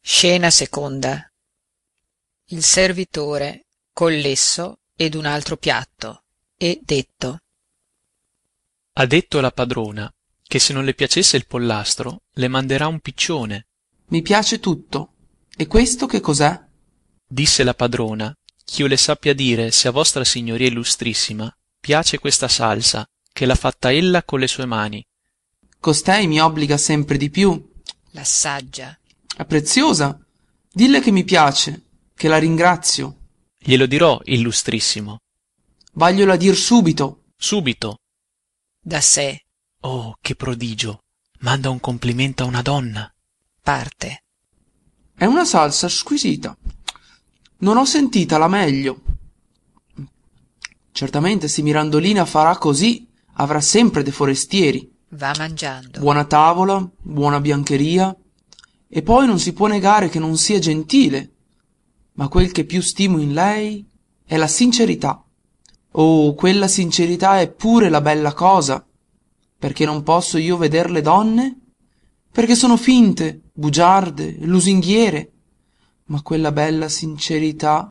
scena seconda il servitore col lesso ed un altro piatto e detto ha detto la padrona che se non le piacesse il pollastro le manderà un piccione i piace tutto e questo che cos'è disse la padrona ch'io le sappia dire se a vostra signoria illustrissima piace questa salsa che l'ha fatta ella con le sue mani costei mi obbliga sempre di più l'assaggia è preziosa dille che mi piace che la ringrazio glielo dirò illustrissimo vagliola dir subito subito da sé oh che prodigio manda un complimento a una donna parte è una salsa squisita non ho sentita la meglio certamente se mirandolina farà così avrà sempre de forestieri va mangiando buona tavola buona biancheria e poi non si può negare che non sia gentile ma quel che più stimo in lei è la sincerità oh quella sincerità è pure la bella cosa perché non posso io veder le donne perché sono finte bugiarde lusinghiere ma quella bella sincerità